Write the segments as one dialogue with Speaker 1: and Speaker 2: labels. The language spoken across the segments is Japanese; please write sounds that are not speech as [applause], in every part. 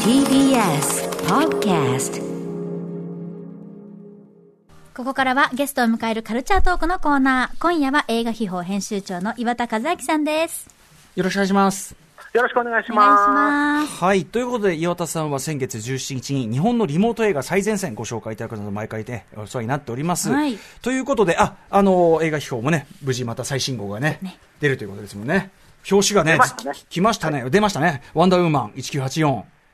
Speaker 1: TBS Podcast
Speaker 2: ここからはゲストを迎えるカルチャートークのコーナー。今夜は映画秘宝編集長の岩田和明さんです。
Speaker 3: よろしくお願いします。
Speaker 4: よろしくお願いし
Speaker 2: お願いし
Speaker 4: ま
Speaker 2: ます。
Speaker 3: はい。ということで、岩田さんは先月17日に日本のリモート映画最前線ご紹介いただくなど毎回ね、お世話になっております。
Speaker 2: はい
Speaker 3: ということで、あ、あのー映画秘宝もね、無事また最新号がね、出るということですもんね。表紙がね
Speaker 4: 出ましたね、
Speaker 3: 来ましたね、出ましたね。ワンダーウーマン1984。
Speaker 4: す。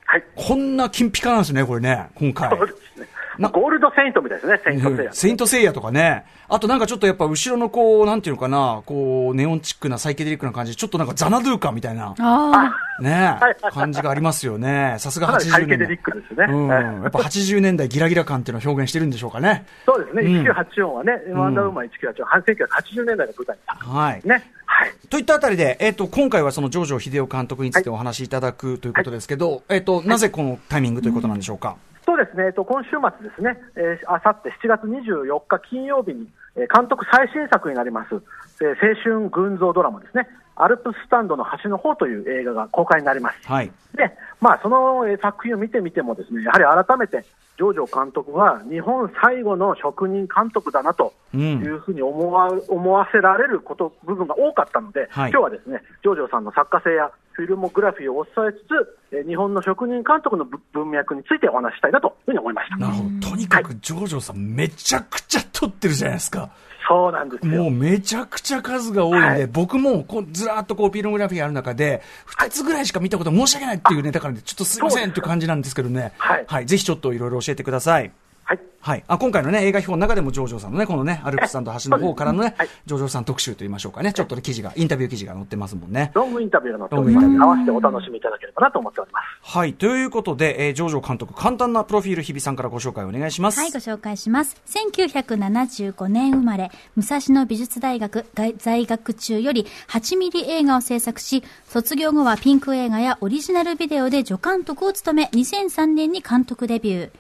Speaker 4: はい。
Speaker 3: こんな金ピカなんですね、これね、今回。
Speaker 4: そうですね。まあゴールドセイントみたいですね、セイントセイヤ
Speaker 3: セイントセイヤとかね、あとなんかちょっとやっぱ後ろのこう、なんていうのかな、こう、ネオンチックなサイケデリックな感じで、ちょっとなんかザナドゥーカみたいな、
Speaker 2: あ
Speaker 3: ね、感じがありますよ
Speaker 4: [laughs]
Speaker 3: ね。さすが
Speaker 4: かなり
Speaker 3: 80
Speaker 4: サイケ
Speaker 3: 年
Speaker 4: デ
Speaker 3: 代
Speaker 4: リッ。クですね。
Speaker 3: うん、
Speaker 4: はい
Speaker 3: やっぱ80年代ギラギラ感っていうのを表現してるんでしょうかね。
Speaker 4: そうですね、
Speaker 3: うん
Speaker 4: 1984はね、ワンダーウーマン1984、半世紀は80年代の舞台だ
Speaker 3: はい。
Speaker 4: ね。はい。
Speaker 3: といったあたりで、えっ、と、今回はその上場秀夫監督についてお話しいただくということですけど、えっ、と、なぜこのタイミングということなんでしょうか。
Speaker 4: そうですね、えっと、今週末ですね、えー、あさって7月24日金曜日に、えー監督最新作になります、えー青春群像ドラマですね、アルプススタンドの橋の方という映画が公開になります。
Speaker 3: はい。
Speaker 4: で、まあ、そのえー作品を見てみてもですね、やはり改めて、ジョージョ監督は日本最後の職人監督だなと
Speaker 3: うん
Speaker 4: いうふうに思わ,、思わせられること、部分が多かったので、
Speaker 3: はい
Speaker 4: 今日はですね、ジョージョさんの作家性やフィルモグラフィーをお伝えつつ、えー日本の職人監督のぶ文脈についてお話ししたいなというふうに思いました。
Speaker 3: なるほど。とにかく、ジョージョさん、めちゃくちゃ撮ってるじゃないですか。
Speaker 4: そうなんです
Speaker 3: もう
Speaker 4: よ。
Speaker 3: めちゃくちゃ数が多いんで、
Speaker 4: はい
Speaker 3: 僕もこうずらーっとこうピログラフィーある中で、2つぐらいしか見たこと申し訳ないっていうネタからで、ちょっとすいませんっていう感じなんですけどね、
Speaker 4: はい
Speaker 3: ぜひちょっといろいろ教えてください。
Speaker 4: はい。
Speaker 3: はい、あ今回の、ね、映画表の中でもジョージョさんのね、このね、アルプスさんと橋の方からのね、
Speaker 4: はい
Speaker 3: ジョージョさん特集と言いましょうかね、ちょっとね記事が、インタビュー記事が載ってますもんね。
Speaker 4: ロングインタビューが載っておりますので、合わせてお楽しみいただければなと思っております。
Speaker 3: はい、ということで、えージョージョ監督、簡単なプロフィール、日比さんからご紹介お願いします。
Speaker 2: はい、ご紹介します。1975年生まれ、武蔵野美術大学在在学中より8ミリ映画を制作し、卒業後はピンク映画やオリジナルビデオで助監督を務め、2003年に監督デビュー。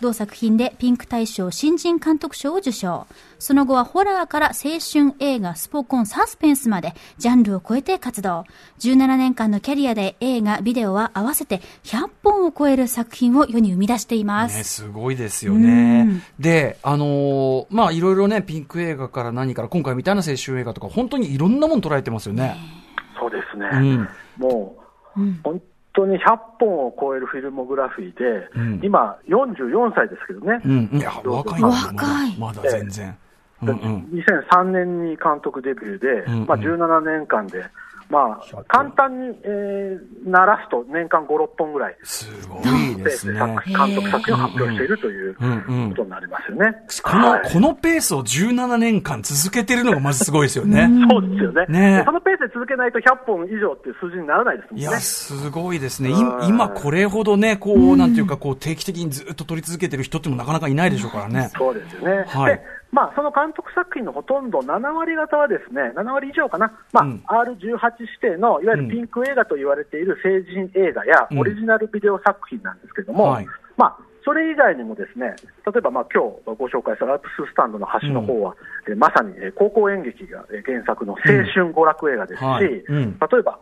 Speaker 2: 同作品でピンク大賞新人監督賞を受賞。その後はホラーから青春映画、スポコン、サスペンスまで、ジャンルを超えて活動。17年間のキャリアで映画、ビデオは合わせて100本を超える作品を世に生み出しています。
Speaker 3: ね、すごいですよね。で、あのーまあ、いろいろね、ピンク映画から何から、今回みたいな青春映画とか、本当にいろんなもの捉えてますよね。
Speaker 4: そうですね、
Speaker 3: うん
Speaker 4: もう、本当に100本を超えるフィルモグラフィーで、
Speaker 3: ん
Speaker 4: 今、44歳ですけどね、
Speaker 3: うん。いや、若いんだよまだ
Speaker 2: 若い
Speaker 3: まだ全然。うんうん。
Speaker 4: 2003年に監督デビューで、
Speaker 3: んうん
Speaker 4: まあ、17年間で、まあ、簡単に、えー、鳴らすと、年間5、6本ぐらい、
Speaker 3: すごい
Speaker 4: ペ
Speaker 3: で
Speaker 4: ー
Speaker 3: す
Speaker 4: スで
Speaker 3: ね。
Speaker 4: 作監督作品を発表しているというこ
Speaker 3: うんうん
Speaker 4: とになりますよね。
Speaker 3: この
Speaker 4: はい、
Speaker 3: このペースを17年間続けてるのがまずすごいですよね。
Speaker 4: そうですよね
Speaker 3: ね
Speaker 4: でそのペースで続けないと100本以上っていう数字にならないですもん
Speaker 3: い
Speaker 4: ね。
Speaker 3: や、すごいですね。い
Speaker 4: うん
Speaker 3: 今これほどね、こう、なんていうか、こう、定期的にずっと撮り続けてる人ってもなかなかいないでしょうからね。
Speaker 4: そうですよね。
Speaker 3: はい
Speaker 4: で、まあ、その監督作品のほとんど7割方はですね、7割以上かな、まあ、
Speaker 3: うん
Speaker 4: R18 指定のいわゆるピンク映画と言われている成人映画や
Speaker 3: うん
Speaker 4: オリジナルビデオ作品なんですけども、
Speaker 3: はい
Speaker 4: まあ、それ以外にもですね、例えばまあ今日ご紹介したアルプススタンドの橋の方は、えまさにえ高校演劇がえ原作の青春娯楽映画ですし、
Speaker 3: うんはいうん
Speaker 4: 例えば、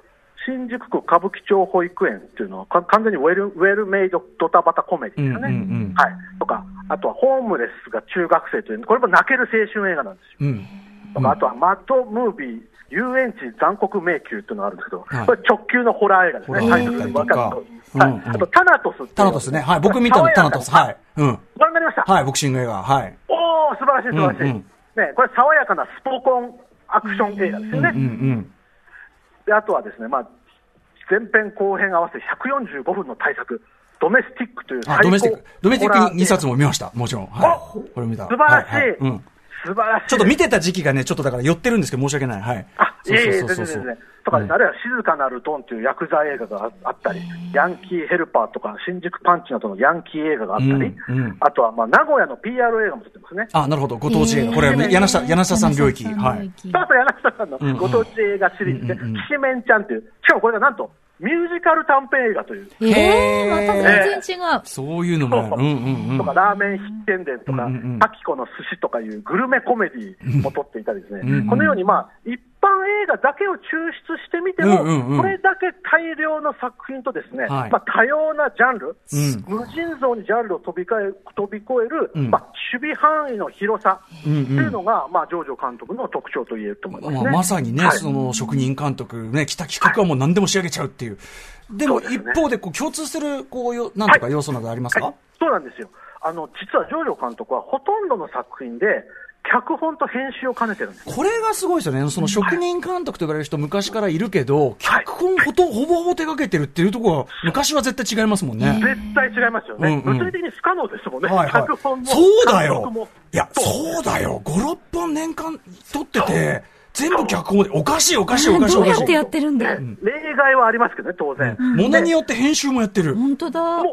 Speaker 4: 新宿区歌舞伎町保育園っていうのは、か完全にウェルウェルメイドドタバタコメディですよね。
Speaker 3: うんうんうん
Speaker 4: はい、とか、あとはホームレスが中学生という、これも泣ける青春映画なんですよ。
Speaker 3: うん。
Speaker 4: とか、あとはマッドムービー、遊園地残酷迷宮っていうのがあるんですけど、
Speaker 3: はい
Speaker 4: これ直球のホラー映画です
Speaker 3: ホ
Speaker 4: ね、
Speaker 3: ラ
Speaker 4: タ
Speaker 3: ー
Speaker 4: イ
Speaker 3: だっ
Speaker 4: ト
Speaker 3: たり
Speaker 4: ルに
Speaker 3: と
Speaker 4: 分か
Speaker 3: か
Speaker 4: る通り。はい
Speaker 3: うんうん
Speaker 4: あと、タナトスっていうのが
Speaker 3: タナトスね。はい。僕見たの、タナトス。はい。。うん。
Speaker 4: ご覧になりました。
Speaker 3: はい。ボクシング映画。はい。
Speaker 4: おー、素晴らしい、素晴らしい。
Speaker 3: うんうん
Speaker 4: ね、これ、爽やかなスポコンアクション映画ですよね。
Speaker 3: うんうん。
Speaker 4: であとはですね、まあ、前編後編合わせて145分の大作、ドメスティックという最
Speaker 3: あ、
Speaker 4: 高
Speaker 3: ドメスティック。ドメスティ
Speaker 4: ホ
Speaker 3: ッ
Speaker 4: ラ
Speaker 3: ク
Speaker 4: ー
Speaker 3: 2冊も見ました。もちろん。はい。これ見た。
Speaker 4: 素晴らしい
Speaker 3: ははうん。
Speaker 4: 素晴らしい。
Speaker 3: ちょっと見てた時期がね、ちょっとだから寄ってるんですけど、申し訳ない。はい。
Speaker 4: あ、い
Speaker 3: そう
Speaker 4: えいえ、
Speaker 3: そう
Speaker 4: 全然
Speaker 3: そう
Speaker 4: 全
Speaker 3: そう
Speaker 4: 然。とかですね、あるいは静かなるドンというヤクザ映画があったり、ヤンキーヘルパーとか、新宿パンチなどのヤンキー映画があったり、
Speaker 3: うんうん
Speaker 4: あとは、まあ、名古屋の PR 映画も撮ってますね。
Speaker 3: あ、なるほど。ご当地映
Speaker 2: え
Speaker 3: 画。
Speaker 2: ー
Speaker 3: これは柳下、柳下さん領域。
Speaker 2: 柳下さ
Speaker 3: は
Speaker 2: ん領
Speaker 3: い。
Speaker 2: 域
Speaker 4: そうそう、柳田さんのご当地映画シリーズで、
Speaker 3: うんうんうん
Speaker 4: きしめんちゃんという、しかもこれがなんと、ミュージカル短編映画という、
Speaker 2: ええまた全然違う。
Speaker 3: そういうのもある。うんうんう
Speaker 4: と
Speaker 3: ん
Speaker 4: か、。ラーメン必見伝とか
Speaker 3: うんうんうん、
Speaker 4: タキコの寿司とかいうグルメコメディも撮っていたりですね
Speaker 3: んうん、
Speaker 4: このように、まあ、一般映画だけを抽出してみても、
Speaker 3: うんうんうん
Speaker 4: これだけ大量の作品とですね、
Speaker 3: はい
Speaker 4: まあ、多様なジャンル、
Speaker 3: うん
Speaker 4: 無尽蔵にジャンルを飛びかえ飛び越える、
Speaker 3: うん
Speaker 4: まあ、守備範囲の広さって
Speaker 3: うんうん
Speaker 4: いうのが、まあ、ジョージョ監督の特徴と言えると思います
Speaker 3: ま
Speaker 4: ね。
Speaker 3: あ、まさにね、
Speaker 4: はい
Speaker 3: その職人監督、ね、来た企画はもう何でも仕上げちゃうっていう、でも
Speaker 4: そうです
Speaker 3: 一
Speaker 4: ね
Speaker 3: 方でこう共通するこうよなんとか要素などありますか、
Speaker 4: はい、そうなんですよあの実はジョージョ監督はほとんどの作品で脚本と編集を兼ねてるんです
Speaker 3: これがすごいですよね、その職人監督と呼ばれる人、昔からいるけど、脚本ほとほぼほぼ手がけてるっていうところは、昔は絶対違いますもんね。
Speaker 4: 絶対違いますよね、
Speaker 3: うんうん
Speaker 4: 物理的に不可能ですもんね、
Speaker 3: はいはい
Speaker 4: 脚本、も
Speaker 3: そうだ
Speaker 4: 監督
Speaker 3: よ
Speaker 4: も、
Speaker 3: いや、そうだよ、5、6本年間撮ってて、全部脚本で、おかしい、おかしい、おかしい、
Speaker 2: ど
Speaker 3: お
Speaker 2: う
Speaker 3: か
Speaker 2: や
Speaker 3: し
Speaker 2: っ
Speaker 3: い
Speaker 2: て、やってるんだよ。
Speaker 4: 例外はありますけどね、当然。
Speaker 3: ものによって編集もやってる、
Speaker 2: 本当だ。
Speaker 4: もう編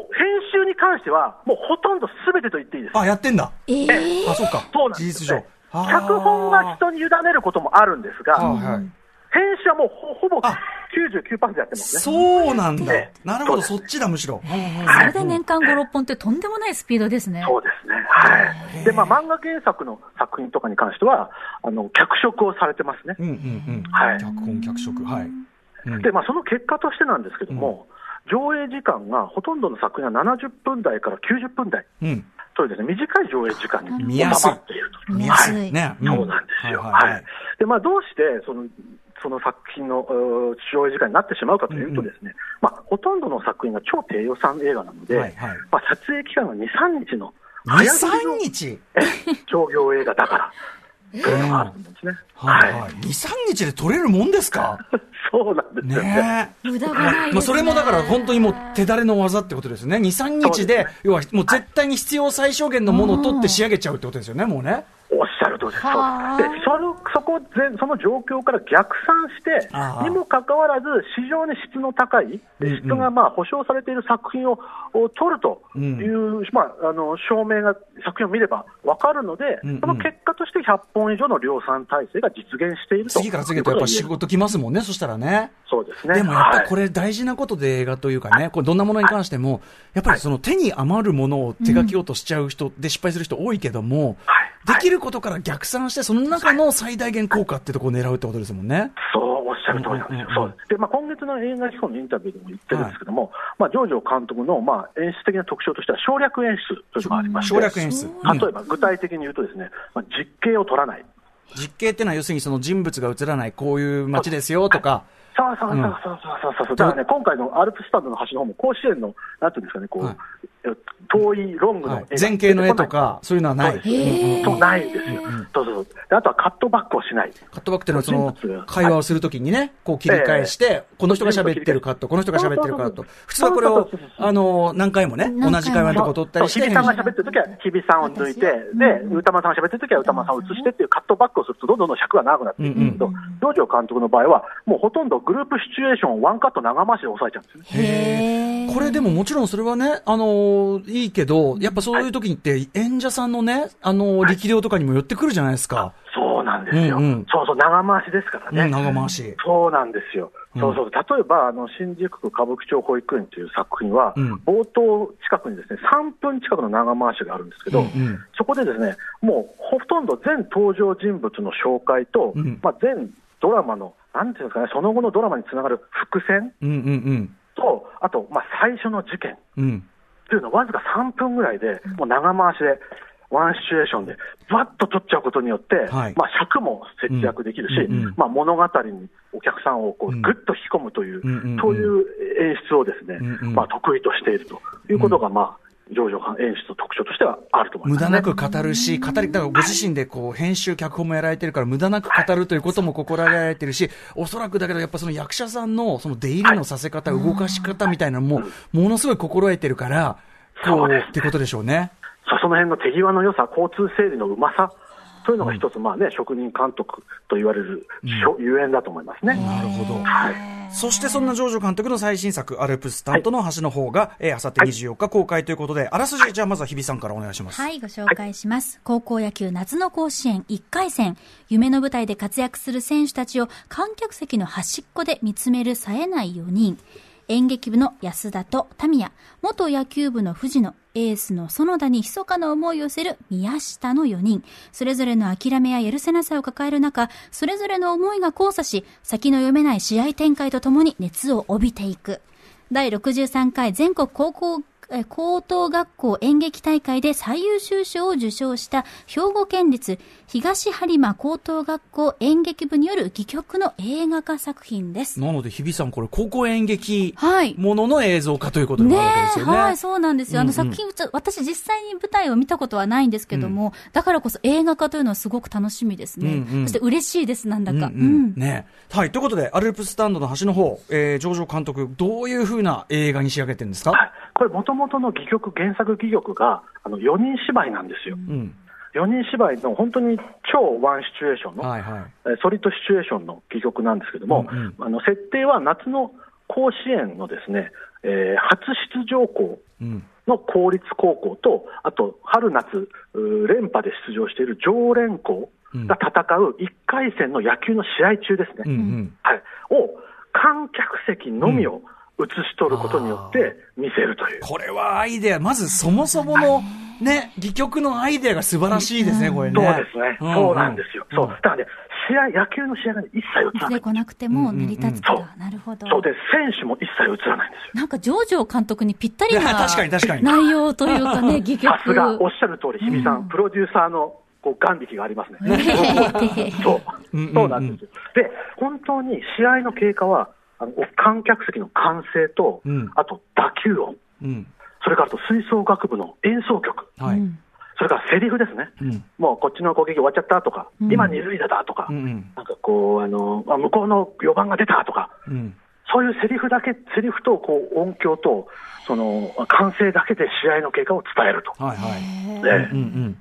Speaker 4: 集に関しては、もうほとんどすべてと言っていいです。
Speaker 3: あ、やってんだ、
Speaker 2: ええ
Speaker 3: あ、そうか、
Speaker 4: そうなん
Speaker 3: 事
Speaker 4: です
Speaker 3: 実
Speaker 4: よ
Speaker 3: 上
Speaker 4: ね、。
Speaker 3: あー
Speaker 4: 脚本は人に委ねることもあるんですが、
Speaker 3: はい
Speaker 4: 編
Speaker 3: はい
Speaker 4: 集はもうほほぼ
Speaker 3: あ
Speaker 4: 99%やってますね。
Speaker 3: そうなんだ
Speaker 4: ね。
Speaker 3: なるほど、そ
Speaker 4: そ
Speaker 3: っちだ、むしろ。
Speaker 2: それで年間5、6本ってとんでもないスピードですね。
Speaker 4: そうですね。はい。で、まあ、漫画原作の作品とかに関しては、あの、脚色をされてますね。
Speaker 3: うんうんう
Speaker 4: は
Speaker 3: ん。
Speaker 4: い
Speaker 3: 脚本、脚色。はい。うん
Speaker 4: で、まあ、その結果としてなんですけども、上映時間がほとんどの作品は70分台から90分台
Speaker 3: うん。
Speaker 4: というですね、短い上映時間に
Speaker 3: 見やすい
Speaker 4: 収まっていると。
Speaker 2: 見やすい。
Speaker 3: ね。
Speaker 4: そうなんですよ。
Speaker 3: は
Speaker 4: はいい
Speaker 3: はいはい。
Speaker 4: で、まあ、どうして、その、その作品のうー上映時間になってしまうかというとですね、まあ、ほとんどの作品が超低予算映画なので、
Speaker 3: はいはい
Speaker 4: まあ、撮影期間が2、3日の
Speaker 3: 2、
Speaker 4: 早撮りの
Speaker 3: 3日
Speaker 4: [laughs] 商業映画だから、というのがあると思うんですね。
Speaker 3: はい
Speaker 4: は
Speaker 3: はいい。。2、3日で撮れるもんですか
Speaker 4: [laughs] そうなんですよね。
Speaker 3: ねえ。
Speaker 2: 無駄がないですね。
Speaker 3: まあそれもだから本当にもう手だれの技ってことですよね。2、3日で、要はもう絶対に必要最小限のものを取って仕上げちゃうってことですよね、もうね。
Speaker 4: おっしゃる通りです。
Speaker 2: はあ
Speaker 4: そうですで、その、そこ全、その状況から逆算して
Speaker 3: ああ、
Speaker 4: にもかかわらず、市場に質の高い、
Speaker 3: うんう
Speaker 4: で
Speaker 3: ん
Speaker 4: 質がまあ保証されている作品をを取るという、まあ、あの、証明が、作品を見ればわかるので、
Speaker 3: うんうん
Speaker 4: その結果として100本以上の量産体制が実現していると。
Speaker 3: 次から次へとやっぱ仕事来ますもんね、そしたらね。
Speaker 4: そうですね。
Speaker 3: でもやっぱりこ
Speaker 4: れ、
Speaker 3: れ大事なことで映画というかね、これどんなものに関しても、やっぱりその手に余るものを手書きようとしちゃう人で失敗する人多いけども、
Speaker 4: はい
Speaker 3: できることから逆算して、その中の最大限効果ってとこを狙うってことですもんね。
Speaker 4: そうおっしゃる通りなんで
Speaker 3: う
Speaker 4: すよ。
Speaker 3: んうんうん
Speaker 4: そうですで、まあ、今月の映画基本のインタビューでも言ってるんですけども、まあ、ジョージョ監督の、まあ、演出的な特徴としては省略演出というのがありまして、
Speaker 3: 省略演出。
Speaker 2: う
Speaker 4: 例えば具体的に言うとですね、まあ、実刑を取らない。
Speaker 3: 実刑ってのは要するにその人物が映らない、こういう街ですよとか、
Speaker 4: そうそうそうそうそうそうそう。だからね、今回のアルプススタンドの端の方も甲子園の、なんていうんですかね、こう、
Speaker 3: はい
Speaker 4: え遠いロングの
Speaker 3: は
Speaker 4: 絵
Speaker 3: い
Speaker 4: が
Speaker 3: 前景の絵とか、そういうのはな
Speaker 4: そう
Speaker 3: い。
Speaker 4: です
Speaker 2: へー
Speaker 4: そうないんですよ。そうそうそう。であとはカットバックをしない。
Speaker 3: カットバックっていうのはその
Speaker 4: 人物が
Speaker 3: 会話をするときにね、こう切り返して、この人が喋ってるカット、この人が喋ってるカット
Speaker 4: そうそうそう。
Speaker 3: 普通はこれ
Speaker 4: そう
Speaker 3: を
Speaker 4: そうそう、そう
Speaker 3: あの、何回もね、
Speaker 2: 何回も
Speaker 3: 同じ会話のとこ撮ったりして
Speaker 4: そう日比さんが喋ってるときは、日比さんを抜いて、で、歌間さんが喋ってるときは、歌間さんを映してっていうカットバックをすると、どんどんどん尺が長くなっていくんですけど、道場監督の場合は、もうほとんどグループシチュエーションをワンカット長回しで抑えちゃうんですよね。
Speaker 2: へえ。
Speaker 3: これでももちろんそれはね、あのーいいけど、やっぱそういう時にって演者さんのね、あのー力量とかにも寄ってくるじゃないですか。
Speaker 4: そうなんですよ。
Speaker 3: うんうん
Speaker 4: そうそう、長回しですからね。
Speaker 3: うん、長回し。
Speaker 4: そうなんですよ。
Speaker 3: うん
Speaker 4: そうそう。例えば、あの、新宿区歌舞伎町保育園という作品は、
Speaker 3: うん
Speaker 4: 冒頭近くにですね、3分近くの長回しがあるんですけど、
Speaker 3: うんうん
Speaker 4: そこでですね、もうほとんど全登場人物の紹介と、
Speaker 3: うん
Speaker 4: まあ、全ドラマの、なんていうんですかね、その後のドラマにつながる伏線
Speaker 3: うんうん
Speaker 4: と、あと、まあ、最初の事件
Speaker 3: うん。うん。
Speaker 4: っていうのはわずか3分ぐらいで、もう長回しで、ワンシチュエーションで、ばっと撮っちゃうことによって、
Speaker 3: はい
Speaker 4: まあ、尺も節約できるし、
Speaker 3: うんうんうん
Speaker 4: まあ、物語にお客さんをこ
Speaker 3: うん
Speaker 4: うぐっと引き込むという、
Speaker 3: うんうんうん
Speaker 4: そういう演出をですね、
Speaker 3: うんうん
Speaker 4: まあ、得意としているということが、まあ、上場演出の特徴としてはあると思い
Speaker 3: 無
Speaker 4: ます、ね。
Speaker 3: 駄なく語るし、語り、だからご自身でこう、編集、脚本もやられてるから、無駄なく語るということも心がけられてるし、おそらくだけど、やっぱその役者さんの、その出入りのさせ方、動かし方みたいなのも、ものすごい心得てるから、こ
Speaker 4: そう
Speaker 3: う
Speaker 4: です、
Speaker 3: ってことでしょうね。
Speaker 4: そうその辺の手際の良さ、交通整理のうまさというのが一つ、まあね、職人監督と言われる、ゆえんだと思いますね。
Speaker 3: なるほど。
Speaker 4: はい
Speaker 3: そしてそんなジョージョ監督の最新作、アルプスタントの橋の方が、えー、あさって24日公開ということで、あらすじ、じゃあまずは日比さんからお願いします。
Speaker 2: はい、ご紹介します。高校野球夏の甲子園1回戦。夢の舞台で活躍する選手たちを観客席の端っこで見つめる冴えない4人。演劇部の安田と民也、元野球部の藤野、エースの園田に密かな思いを寄せる宮下の4人。それぞれの諦めややるせなさを抱える中、それぞれの思いが交差し、先の読めない試合展開とともに熱を帯びていく。第63回全国高校えー高等学校演劇大会で最優秀賞を受賞した兵庫県立東播磨高等学校演劇部による戯曲の映画化作品です。
Speaker 3: なので、日比さん、これ、高校演劇
Speaker 2: はい。
Speaker 3: ものの映像化ということに
Speaker 2: ね
Speaker 3: なるわけです
Speaker 2: え、
Speaker 3: よね。
Speaker 2: はい、そうなんですよ。あの
Speaker 3: うんう
Speaker 2: 作
Speaker 3: ん
Speaker 2: 品、ちょ私実際に舞台を見たことはないんですけども、だからこそ映画化というのはすごく楽しみですね。
Speaker 3: うんうん
Speaker 2: そして嬉しいです、なんだか。
Speaker 3: うんうんねはい、ということで、アルプススタンドの端の方、えー、上場監督、どういうふうな映画に仕上げてるんですか、
Speaker 4: はい、これ、もともとの戯曲、原作戯曲があの4人芝居なんですよ、
Speaker 3: うん、
Speaker 4: 4人芝居の本当に超ワンシチュエーションの、
Speaker 3: はいはい。
Speaker 4: えーソリッドシチュエーションの戯曲なんですけども、
Speaker 3: うんうん
Speaker 4: あの設定は夏の甲子園のですね、えー初出場校
Speaker 3: うん
Speaker 4: の公立高校と、あと春夏うー連覇で出場している常連校が戦う1回戦の野球の試合中ですね、
Speaker 3: うんうん
Speaker 4: はい、を観客席のみを映し取ることによって見せるという。
Speaker 3: これはアイデア、まずそもそもの、ね、戯曲のアイデアが素晴らしいですね、これね。
Speaker 4: そうですね、そうなんですよ、そうだからね、試合、野球の試合が一切映
Speaker 2: 出
Speaker 4: らな
Speaker 2: て
Speaker 4: い、
Speaker 2: こなくても成り立つと、
Speaker 4: うんうん
Speaker 2: なるほど。
Speaker 4: そうで、選手も一切映らないんですよ。
Speaker 2: なんか、ジョージョー監督にぴったりな
Speaker 3: [laughs] 確かに確かに
Speaker 2: 内容というかね、戯曲。
Speaker 4: [laughs] さすが、おっしゃる通り、日比さん、プロデューサーのこう眼力がありますね。そう
Speaker 3: うんうんうん、
Speaker 4: そうなんですよ。で、本当に試合の経過は、あの観客席の歓声と、
Speaker 3: うん
Speaker 4: あと打球音、
Speaker 3: うん。
Speaker 4: それからあと吹奏楽部の演奏曲、
Speaker 3: は
Speaker 2: う
Speaker 3: い。
Speaker 2: ん
Speaker 4: それからセリフですね、
Speaker 3: うん
Speaker 4: もうこっちの攻撃終わっちゃったとか、
Speaker 2: うん
Speaker 4: 今、二塁打だとか、
Speaker 3: うんうん
Speaker 4: なんかこうあの、あ向こうの4番が出たとか、
Speaker 3: うん。
Speaker 4: そういうセリフだけ、セリフとこう音響とその歓声だけで試合の経過を伝えると、
Speaker 3: はいはい。
Speaker 2: へー
Speaker 4: ね
Speaker 3: うんうん。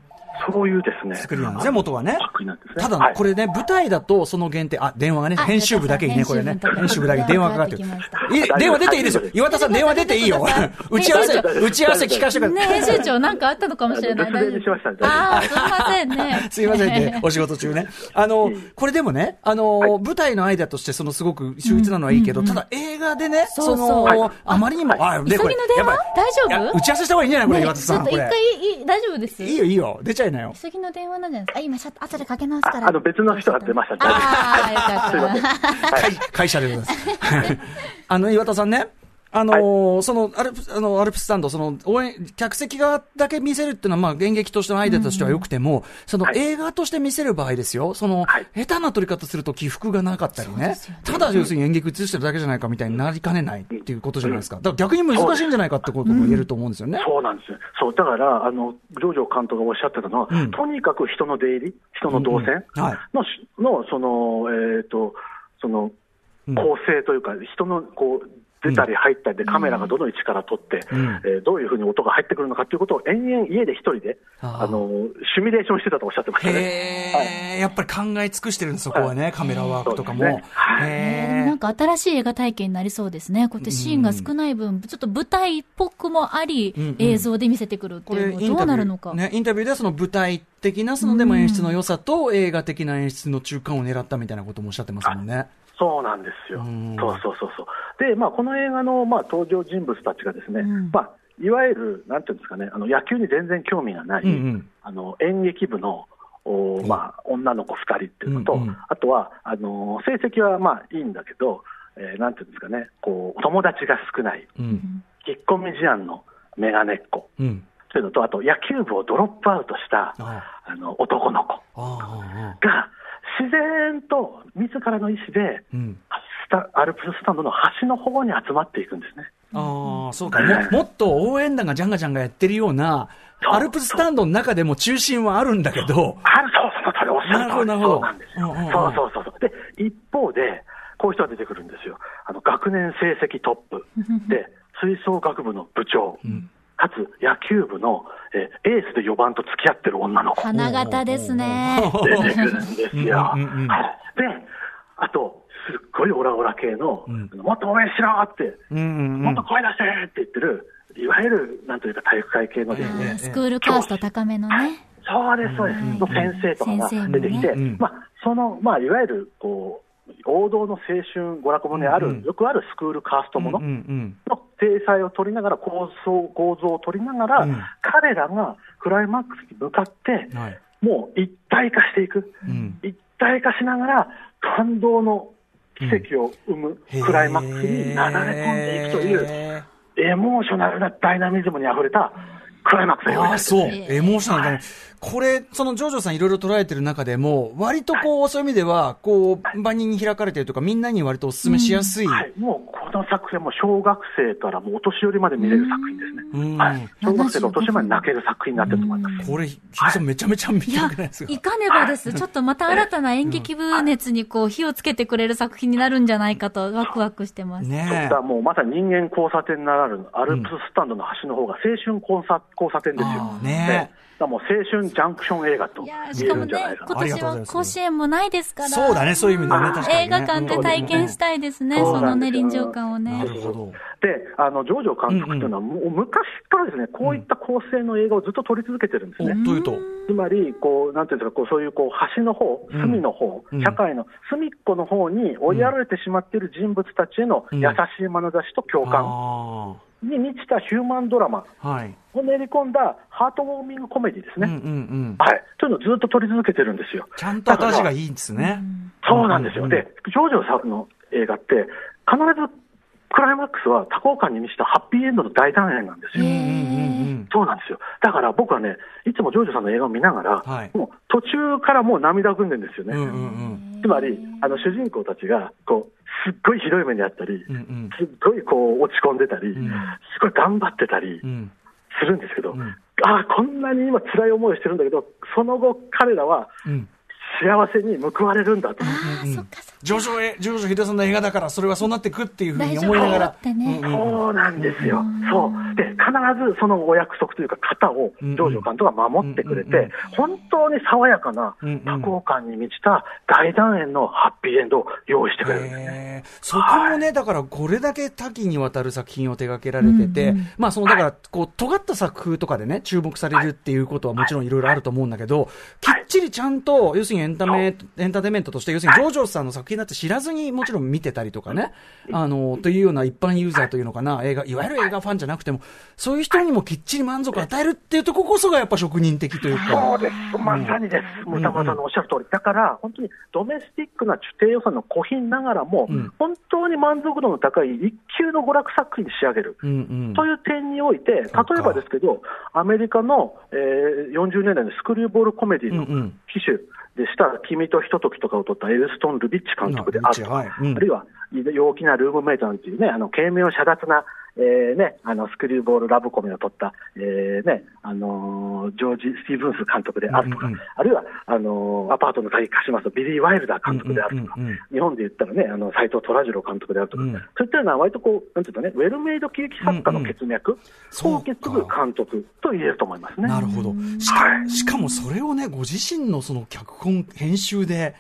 Speaker 4: そういうですね
Speaker 3: 作りなんですね、元はね。
Speaker 4: 作品なんですね。
Speaker 3: ただ、
Speaker 4: はい
Speaker 3: これね、舞台だと、その限定、あ、電話がね、
Speaker 2: あ
Speaker 3: 編集部だけにね、これね、編
Speaker 2: 編
Speaker 3: 集
Speaker 2: 集部
Speaker 3: 部だ
Speaker 2: だけ
Speaker 3: け電話がかかって
Speaker 2: 電話がかかっ
Speaker 3: る。いえ電話出ていいですよ。岩田さん、電話出ていいよ。 [laughs] 打ち合わせ、打ち合わせ聞かせてく
Speaker 2: ね、
Speaker 3: ださい。。
Speaker 2: 編集長なんかあったのかもしれない。
Speaker 4: あの留守電にしましたね
Speaker 2: ああ、すいませんね
Speaker 3: [laughs] [laughs] すいません
Speaker 2: [laughs]
Speaker 3: ね、お仕事中ね。あの、これでもね、あの、
Speaker 4: はい
Speaker 3: 舞台のアイデアとして、そのすごく秀逸なのはいいけど、ただ映画でね、
Speaker 2: そう
Speaker 3: その、
Speaker 2: そう
Speaker 3: あまりにも、あ、
Speaker 2: 急ぎ
Speaker 3: ね、
Speaker 2: の
Speaker 3: これ、
Speaker 2: 電
Speaker 3: やばい
Speaker 2: 話大
Speaker 3: い
Speaker 2: 丈
Speaker 3: や、
Speaker 2: 夫
Speaker 3: 打ち合わせした方がいいんじゃないこれ、
Speaker 2: ね
Speaker 3: 岩田さん。
Speaker 2: ちょっと
Speaker 3: こ
Speaker 2: 一
Speaker 3: れ
Speaker 2: 回、いい大丈夫です
Speaker 3: いいよ、いいよ。出ちゃいなよ。
Speaker 2: 急ぎの電話なんじゃないですかあ、今、シャッ後でかけ直す
Speaker 4: あ
Speaker 2: から。
Speaker 4: あの別の人が出ました。大丈夫
Speaker 2: ああ、よかった。
Speaker 3: [laughs] 会会社でございます。あの、岩田さんね、あのーその、アルプス、あの、アルプススタンド、その、応援、客席側だけ見せるっていうのは、まあ、演劇としてのアイデアとしては良くても、その、
Speaker 4: はい
Speaker 3: 映画として見せる場合ですよ、その、
Speaker 4: はい
Speaker 3: 下手な撮り方すると起伏がなかったりね、
Speaker 2: すよね
Speaker 3: ただ、要するに演劇映してるだけじゃないかみたいになりかねないっていうことじゃないですか。だから逆に難しいんじゃないかってことも言えると思うんですよね。
Speaker 4: そうなんですよ。そう、だから、あの、ジョージョ監督がおっしゃってたのは、
Speaker 3: うん
Speaker 4: とにかく人の出入り、人の動線
Speaker 3: うんうんはい
Speaker 4: の、しの、その、えっ、と、その、
Speaker 3: うん
Speaker 4: 構成というか、人の、こう、出たり入ったりで、カメラがどの位置から撮って、
Speaker 3: うん
Speaker 4: えーどういうふうに音が入ってくるのかということを、延々家で一人で、
Speaker 3: あ
Speaker 4: あ
Speaker 3: ー
Speaker 4: の、シミュレーションしてたとおっしゃってましたね。はい
Speaker 3: へえ、やっぱり考え尽くしてるんです、そこはね、カメラワークとかも。
Speaker 4: そうですねは
Speaker 2: ねでも
Speaker 3: へ
Speaker 2: なんか新しい映画体験になりそうですね。こうやってシーンが少ない分、ちょっと舞台っぽくもあり、
Speaker 3: うんうん
Speaker 2: 映像で見せてくるって
Speaker 3: こ
Speaker 2: いう
Speaker 3: れ
Speaker 2: の
Speaker 3: イ
Speaker 2: はど
Speaker 3: ン
Speaker 2: う
Speaker 3: タビ
Speaker 2: なる
Speaker 3: ュ
Speaker 2: の
Speaker 3: ー、
Speaker 2: か。
Speaker 3: ね、インタビューではその舞台的なそのでも演出の良さと映画的な演出の中間を狙ったみたいなこともおっしゃってますもんね。
Speaker 4: そうなんですよ
Speaker 3: うん。
Speaker 4: そうそうそうそう。で、まあ、この映画の、まあ、登場人物たちがですね、
Speaker 2: うん
Speaker 4: まあ、いわゆる、なんていうんですかね、あの、野球に全然興味がない、
Speaker 3: うんうん
Speaker 4: あの、演劇部の、お
Speaker 3: うん
Speaker 4: まあ、女の子2人っていうのと、
Speaker 3: うんうん
Speaker 4: あとは、あの、成績は、まあ、いいんだけど、えーなんていうんですかね、こう、友達が少ない、
Speaker 3: うん。
Speaker 4: 引っ込み思案のメガネっ子
Speaker 3: うん。
Speaker 4: というのと、あと、野球部をドロップアウトした、
Speaker 3: あ
Speaker 4: あの、男の子
Speaker 3: あ。ああ。
Speaker 4: が、自然と、自らの意思で、
Speaker 3: うん。
Speaker 4: スタアルプススタンドの端の方に集まっていくんですね。
Speaker 3: ああ、そうか。ももっと応援団がジャンガジャンガやってるような、アルプススタンドの中でも中心はあるんだけど、
Speaker 4: あるそうそうそう、おっしゃる通り
Speaker 3: なるほ
Speaker 4: そ
Speaker 3: ど
Speaker 4: うなんです
Speaker 3: な
Speaker 4: よ
Speaker 3: るほど。
Speaker 4: そうそうそうそう。で、一方で、こういう人が出てくるんですよ。あの、学年成績トップ。で、吹奏楽部の部長。
Speaker 3: ん
Speaker 4: かつ、野球部の、えーエースで4番と付き合ってる女の子。
Speaker 2: [laughs] 花形です
Speaker 3: [laughs]
Speaker 2: ね。
Speaker 4: 出てくるんですよ。
Speaker 3: うんうんうん
Speaker 4: はいで、あと、すっごいオラオラ系の、
Speaker 3: ん
Speaker 4: もっと応援しろって、
Speaker 3: うんうんう
Speaker 4: もっ
Speaker 3: ん
Speaker 4: と。声出せって言ってる、いわゆる、なんというか体育会系のですね、
Speaker 3: ええ
Speaker 2: スクールカースト高めのね。
Speaker 4: そうです、そうです、の先生とかが
Speaker 2: 先生もね
Speaker 4: 出てきて、
Speaker 3: うん
Speaker 4: まあ、その、まあ、いわゆるこう王道の青春娯楽もね、あ
Speaker 3: うんうん
Speaker 4: る、よくあるスクールカーストもの
Speaker 3: うんうん
Speaker 4: の体裁を取りながら、構造構造を取りながら、
Speaker 3: うん
Speaker 4: 彼らがクライマックスに向かって
Speaker 3: うん、はい。
Speaker 4: もう一体化していく、
Speaker 3: うん。
Speaker 4: 一体化しながら、感動の奇跡を生むクライマックスに流れ込んでいくという、
Speaker 3: へー
Speaker 4: エモーショナルなダイナミズムにあふれたクライマックスを用意
Speaker 3: ああ、
Speaker 4: してる
Speaker 3: そう。エモーショナルだね。これ、その、ジョージョさんいろいろ捉えてる中でも、割とこう、そういう意味では、こう、万人に開かれてるとか、みんなに割とお勧めしやすい。
Speaker 4: はい、もうこの作品はもう小学生からもうお年寄りまで見れる作品ですね。
Speaker 3: うん
Speaker 4: はい、小学生とお年寄りまで泣ける作品になってると思います。
Speaker 3: これ、日比さんめちゃめちゃ見
Speaker 2: い
Speaker 3: た
Speaker 2: や、
Speaker 3: くないですか
Speaker 2: いかねばです。ちょっとまた新たな演劇部熱にこう火をつけてくれる作品になるんじゃないかとワクワクしてます。
Speaker 4: だ
Speaker 3: ね
Speaker 4: からもうまさに人間交差点ならぬアルプススタンドの端の方が青春交差交差点ですよ。
Speaker 3: あーね
Speaker 4: だからもう青春ジャンクション映画と
Speaker 2: い
Speaker 4: 言
Speaker 2: やー
Speaker 4: え
Speaker 2: しか
Speaker 4: る
Speaker 2: も
Speaker 4: ん
Speaker 2: ね
Speaker 4: じゃないか、な。
Speaker 2: 今
Speaker 3: ありが
Speaker 2: 年
Speaker 3: と
Speaker 2: は
Speaker 3: うございます
Speaker 2: 甲子園もないですから。
Speaker 3: え。そうだね、そういう意味ではね、確かにね。
Speaker 2: 映画館で体験したいですね、
Speaker 4: うん
Speaker 2: そのね、臨場感を
Speaker 3: な
Speaker 2: ね
Speaker 3: る。ほど。
Speaker 4: で、あの、ジョージョ監督というのは、もう昔からですね、こういった構成の映画をずっと撮り続けてるんです
Speaker 3: お
Speaker 4: ね。
Speaker 3: というと、
Speaker 4: つまり、こう、なんていうんですか、こう、そういう、こう、端の方、
Speaker 3: うん
Speaker 4: 隅の方、
Speaker 3: うん
Speaker 4: 社会の隅っこの方に追いやられてしまっている人物たちへの
Speaker 3: うん
Speaker 4: 優しい眼差しと共感
Speaker 3: あ
Speaker 4: に満ちたヒューマンドラマ
Speaker 3: あ、はい。
Speaker 4: を練り込んだハートウォーミングコメディです
Speaker 3: うんう
Speaker 4: ね。
Speaker 3: んうん。
Speaker 4: はい。というのをずっと撮り続けてるんですよ。
Speaker 3: ちゃんと後味がいいんですね。
Speaker 4: そうなんです
Speaker 3: う
Speaker 4: よ。
Speaker 3: んうん
Speaker 4: で、ジョージョさんの映画って、必ずクライマックスは多幸感に満ちたハッピーエンドの大団円なんですよ。
Speaker 3: うんうんうん
Speaker 4: そうなんですよ。だから僕はね、いつもジョージョさんの映画を見ながら、
Speaker 3: はい
Speaker 4: もう途中からもう涙ぐんでるんですよ
Speaker 3: うん。
Speaker 4: ね。
Speaker 3: うんうんうん。
Speaker 4: つまり、あの主人公たちが、こう、すっごいひどい目にあったり
Speaker 3: う、ん
Speaker 4: すっごいこう落ち込んでたり、
Speaker 3: うん
Speaker 4: すごい頑張ってたり
Speaker 3: うん。うん。
Speaker 4: するんですけど、
Speaker 3: うん
Speaker 4: ああ、こんなに今辛い思いをしてるんだけど、その後彼らは
Speaker 3: うん。
Speaker 4: 幸せに報われるんだと。
Speaker 2: ああ、そっかそっか。
Speaker 3: ジョジョへ、ジョジョ秀夫さんの映画だから、それはそうなってくっていうふうに思いなが
Speaker 2: 大丈夫
Speaker 3: ら。
Speaker 2: だってね
Speaker 3: うんうんうん
Speaker 4: そうなんですよ、そうで必ずそのお約束というか、型を
Speaker 3: うんうん
Speaker 4: ジョージョ監督が守ってくれ
Speaker 3: うんうんう
Speaker 4: て、本当に爽やかな
Speaker 3: うんうん
Speaker 4: 多幸感に満ちた大団円のハッピーエンドを用意してくれるんですね。
Speaker 3: へーそこもね、だからこれだけ多岐にわたる作品を手掛けられてて、
Speaker 2: うんうん
Speaker 3: まあそのだから、こう、尖った作風とかでね、注目されるっていうことはもちろんいろいろあると思うんだけど、きっちりちゃんと、要するにエンタメ、エンターテインメントとして、要するにジョージョさんの作品だって知らずにもちろん見てたりとかね、あの、というような一般ユーザーというのかな、映画、いわゆる映画ファンじゃなくても、そういう人にもきっちり満足を与えるっていうとここそがやっぱ職人的というか。
Speaker 4: そうです、まさにです、もう玉川さんのおっしゃる通り、だから本当にドメスティックな低予算の小品ながらも、
Speaker 3: うん
Speaker 4: 本当に満足度の高い一級の娯楽作品に仕上げる。
Speaker 3: うんうん。
Speaker 4: という点において、例えばですけど、アメリカの、えー40年代のスクリューボールコメディ
Speaker 3: うんう
Speaker 4: の
Speaker 3: ん。
Speaker 4: 機種でした、君とひとときとかを撮ったエルストン・ルビッチ監督であるとか、
Speaker 3: はいうん
Speaker 4: あるいは、陽気なルームメイトなんていうね、あの、軽妙遮奪な、えーね、あの、スクリューボールラブコメを撮った、えーね、あのージョージ・スティーブンス監督であるとか、
Speaker 3: うんうん
Speaker 4: あるいは、あのーアパートの鍵貸しますと、ビリー・ワイルダー監督であるとか、
Speaker 3: うんうんうんうん
Speaker 4: 日本で言ったらね、あの、斎藤虎次郎監督であるとか、
Speaker 3: うん
Speaker 4: そういったような、割とこう、なんていうかね、ウェルメイド喜劇作家の血脈
Speaker 3: そうか
Speaker 4: を受け継ぐ監督と言えると思いますね。
Speaker 3: なるほど。し
Speaker 4: は
Speaker 3: かしかもそれをね、ご自身のその脚本、編集で、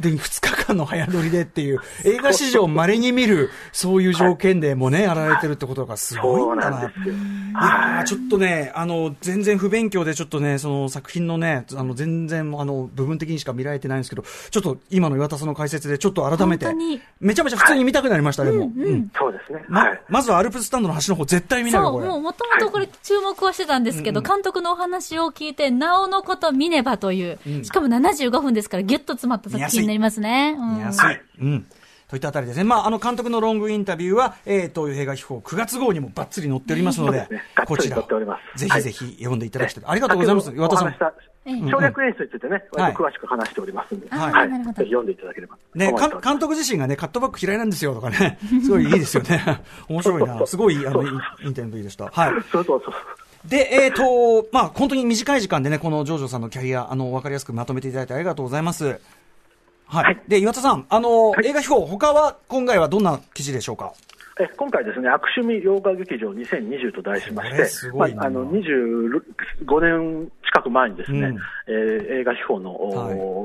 Speaker 3: で、2日間の早撮りでっていう、映画史上稀に見る、そういう条件でもね、やられてるってことがす
Speaker 4: そ
Speaker 3: ご
Speaker 4: う
Speaker 3: いんだ
Speaker 4: なん
Speaker 3: な
Speaker 4: ですよ。
Speaker 3: いやーちょっとね、あの、全然不勉強で、ちょっとね、その作品のね、あの、全然、あの、部分的にしか見られてないんですけど、ちょっと今の岩田さんの解説で、ちょっと改めて
Speaker 2: 本当に、
Speaker 3: めちゃめちゃ普通に見たくなりました、でも。うん
Speaker 4: そうですね。
Speaker 3: ま
Speaker 4: はい。
Speaker 3: まずはアルプススタンドの端の方、絶対見なよ、
Speaker 2: そ
Speaker 3: こ
Speaker 2: う、
Speaker 3: れ。
Speaker 2: もうもともとこれ注目はしてたんですけど、監督のお話を聞いて、なおのこと見ねばという、しかも75分ですから、ぎゅっと詰まった作品になりますね。うん
Speaker 3: 見やすい。うん。といったあたりですね。まあ、あの、監督のロングインタビューは、えー、東映映画秘宝9月号にもバッツリ載っておりますので、
Speaker 4: [laughs] そうですねがっつり
Speaker 3: こちら
Speaker 4: 載っております
Speaker 3: ぜ
Speaker 4: は
Speaker 3: ひ
Speaker 4: い
Speaker 3: ぜひ読んでいただきたい。ありがとうございます。
Speaker 4: 先
Speaker 3: 岩
Speaker 4: ほど
Speaker 3: 田さ
Speaker 4: お話し
Speaker 3: ん。
Speaker 4: した
Speaker 2: うん
Speaker 4: 省略演出についてね、割と詳しく話しておりますんで、
Speaker 2: はい
Speaker 4: は
Speaker 2: あー
Speaker 4: い
Speaker 2: なるほど
Speaker 4: ぜひ読んでいただければと思
Speaker 3: ね、
Speaker 4: います。
Speaker 3: かん監督自身がね、カットバック嫌いなんですよとかね、 [laughs] すごいいいですよね。
Speaker 4: [laughs]
Speaker 3: 面白いな。すごい、あの、いいインタビューでした。はい。
Speaker 4: そうそうそう。
Speaker 3: で、えっ、と、まあ、本当に短い時間でね、このジョージョさんのキャリア、あの、わかりやすくまとめていただいてありがとうございます。はい。
Speaker 4: はい
Speaker 3: で、岩田さん、あの、
Speaker 4: はい
Speaker 3: 映画秘宝、他は、今回はどんな記事でしょうか
Speaker 4: え今回ですね、悪趣味洋画劇場2020と題しまし
Speaker 3: これ
Speaker 4: て、
Speaker 3: すごいな
Speaker 4: あ、あの25年近く前にですね、
Speaker 3: うん
Speaker 4: えー映画秘宝の、お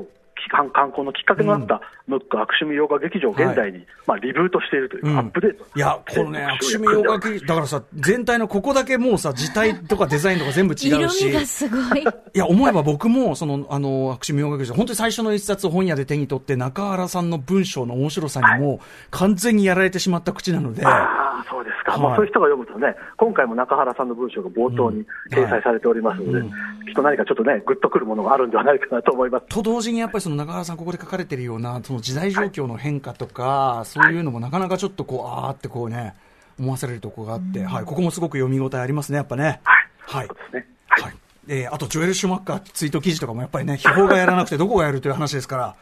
Speaker 4: ー
Speaker 3: はい
Speaker 4: 記観観光のきっかけとなった、ムック悪趣味洋画劇場、現在に、まあ、リブートしているというか、
Speaker 3: うん
Speaker 4: アップデート。
Speaker 3: いや、このね、悪趣味洋楽だからさ、全体のここだけもうさ、字体とかデザインとか全部違う
Speaker 2: 色
Speaker 3: し。
Speaker 2: 味がすごい。
Speaker 3: いや、思えば僕も、その、あの、悪趣味洋楽劇場、本当に最初の一冊を本屋で手に取って、中原さんの文章の面白さにも、完全にやられてしまった口なので、
Speaker 4: ああ、そうですか。ま
Speaker 3: は
Speaker 4: あ、
Speaker 3: い
Speaker 4: そういう人が読むとね、今回も中原さんの文章が冒頭に掲載されておりますので、きっと何かちょっとね、ぐっとくるものがあるんではないかなと思います。
Speaker 3: と同時にやっぱりその中原さんここで書かれてるような、その時代状況の変化とか、そういうのもなかなかちょっとこう、あーってこうね、思わされるとこがあって、はい、ここもすごく読み応えありますね、やっぱね。
Speaker 4: はい
Speaker 3: はい
Speaker 4: そう。ですね。はい
Speaker 3: はい。えーあと、ジョエル・シュマッカーツイート記事とかもやっぱりね、秘宝がやらなくてどこがやるという話ですから、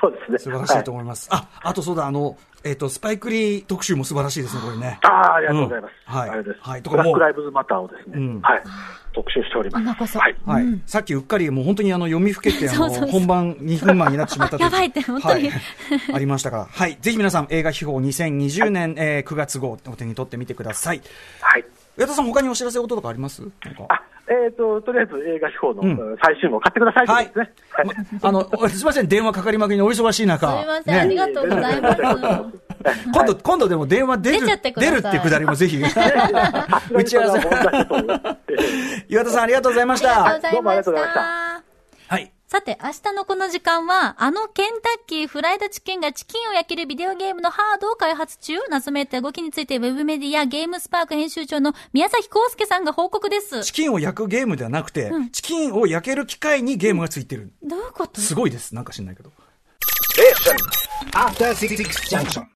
Speaker 4: そうですね。
Speaker 3: 素晴らしいと
Speaker 4: は
Speaker 3: 思います。あ、あとそうだ、あの、えっ、と、スパイクリー特集も素晴らしいですね、これね。
Speaker 4: ああ、ありがとうございます。
Speaker 3: うんはい
Speaker 4: あれです。
Speaker 3: はいと
Speaker 4: ブ
Speaker 3: かもう
Speaker 4: ラックライブズマターをですね、
Speaker 3: うん
Speaker 4: はい、特集しております。
Speaker 2: 今こそ
Speaker 4: はい。
Speaker 3: はい、さっきうっかり、もう本当にあの読みふけて、あ
Speaker 2: そ
Speaker 3: の
Speaker 2: うそうそう
Speaker 3: 本番2分前になってしまったと
Speaker 2: [laughs]
Speaker 3: う
Speaker 2: やばいって本当に
Speaker 3: はいありましたから、はい、ぜひ皆さん、映画秘宝2020年、えー9月号、お手に取ってみてください。
Speaker 4: はい。
Speaker 3: 上田さん、他にお知らせ事とかありますなんか
Speaker 4: あ、えっ、と、とりあえず映画秘宝の、
Speaker 3: ん
Speaker 4: えー最終号を買ってくださいと
Speaker 3: は
Speaker 4: いう
Speaker 3: い
Speaker 4: ことですね。、
Speaker 3: まあのおすみません、電話かかりまくりのお忙しい中、
Speaker 2: すみません、ありがとうございます。
Speaker 3: [laughs] 今度、今度でも電話出る
Speaker 2: 出ちゃってくだ
Speaker 3: 出
Speaker 2: さい
Speaker 3: るってくだりもぜ
Speaker 2: [laughs]
Speaker 3: ひ、打ち合わせ、
Speaker 4: せ。
Speaker 3: 岩田さん、ありがとうございまし
Speaker 2: あり
Speaker 3: た。
Speaker 2: がとうございま
Speaker 4: どうもありがとうござい
Speaker 2: し。
Speaker 4: ました
Speaker 3: はい
Speaker 2: さて、明日のこの時間は、あのケンタッキーフライドチキンがチキンを焼けるビデオゲームのハードを開発中、謎めいた動きについてウェブメディアゲームスパーク編集長の宮崎康介さんが報告です。
Speaker 3: チキンを焼くゲームではなくて、チキンを焼ける機械にゲームがついてる。
Speaker 2: どういうこと
Speaker 3: すごいです。なんか知んないけど。
Speaker 1: After Six Junction.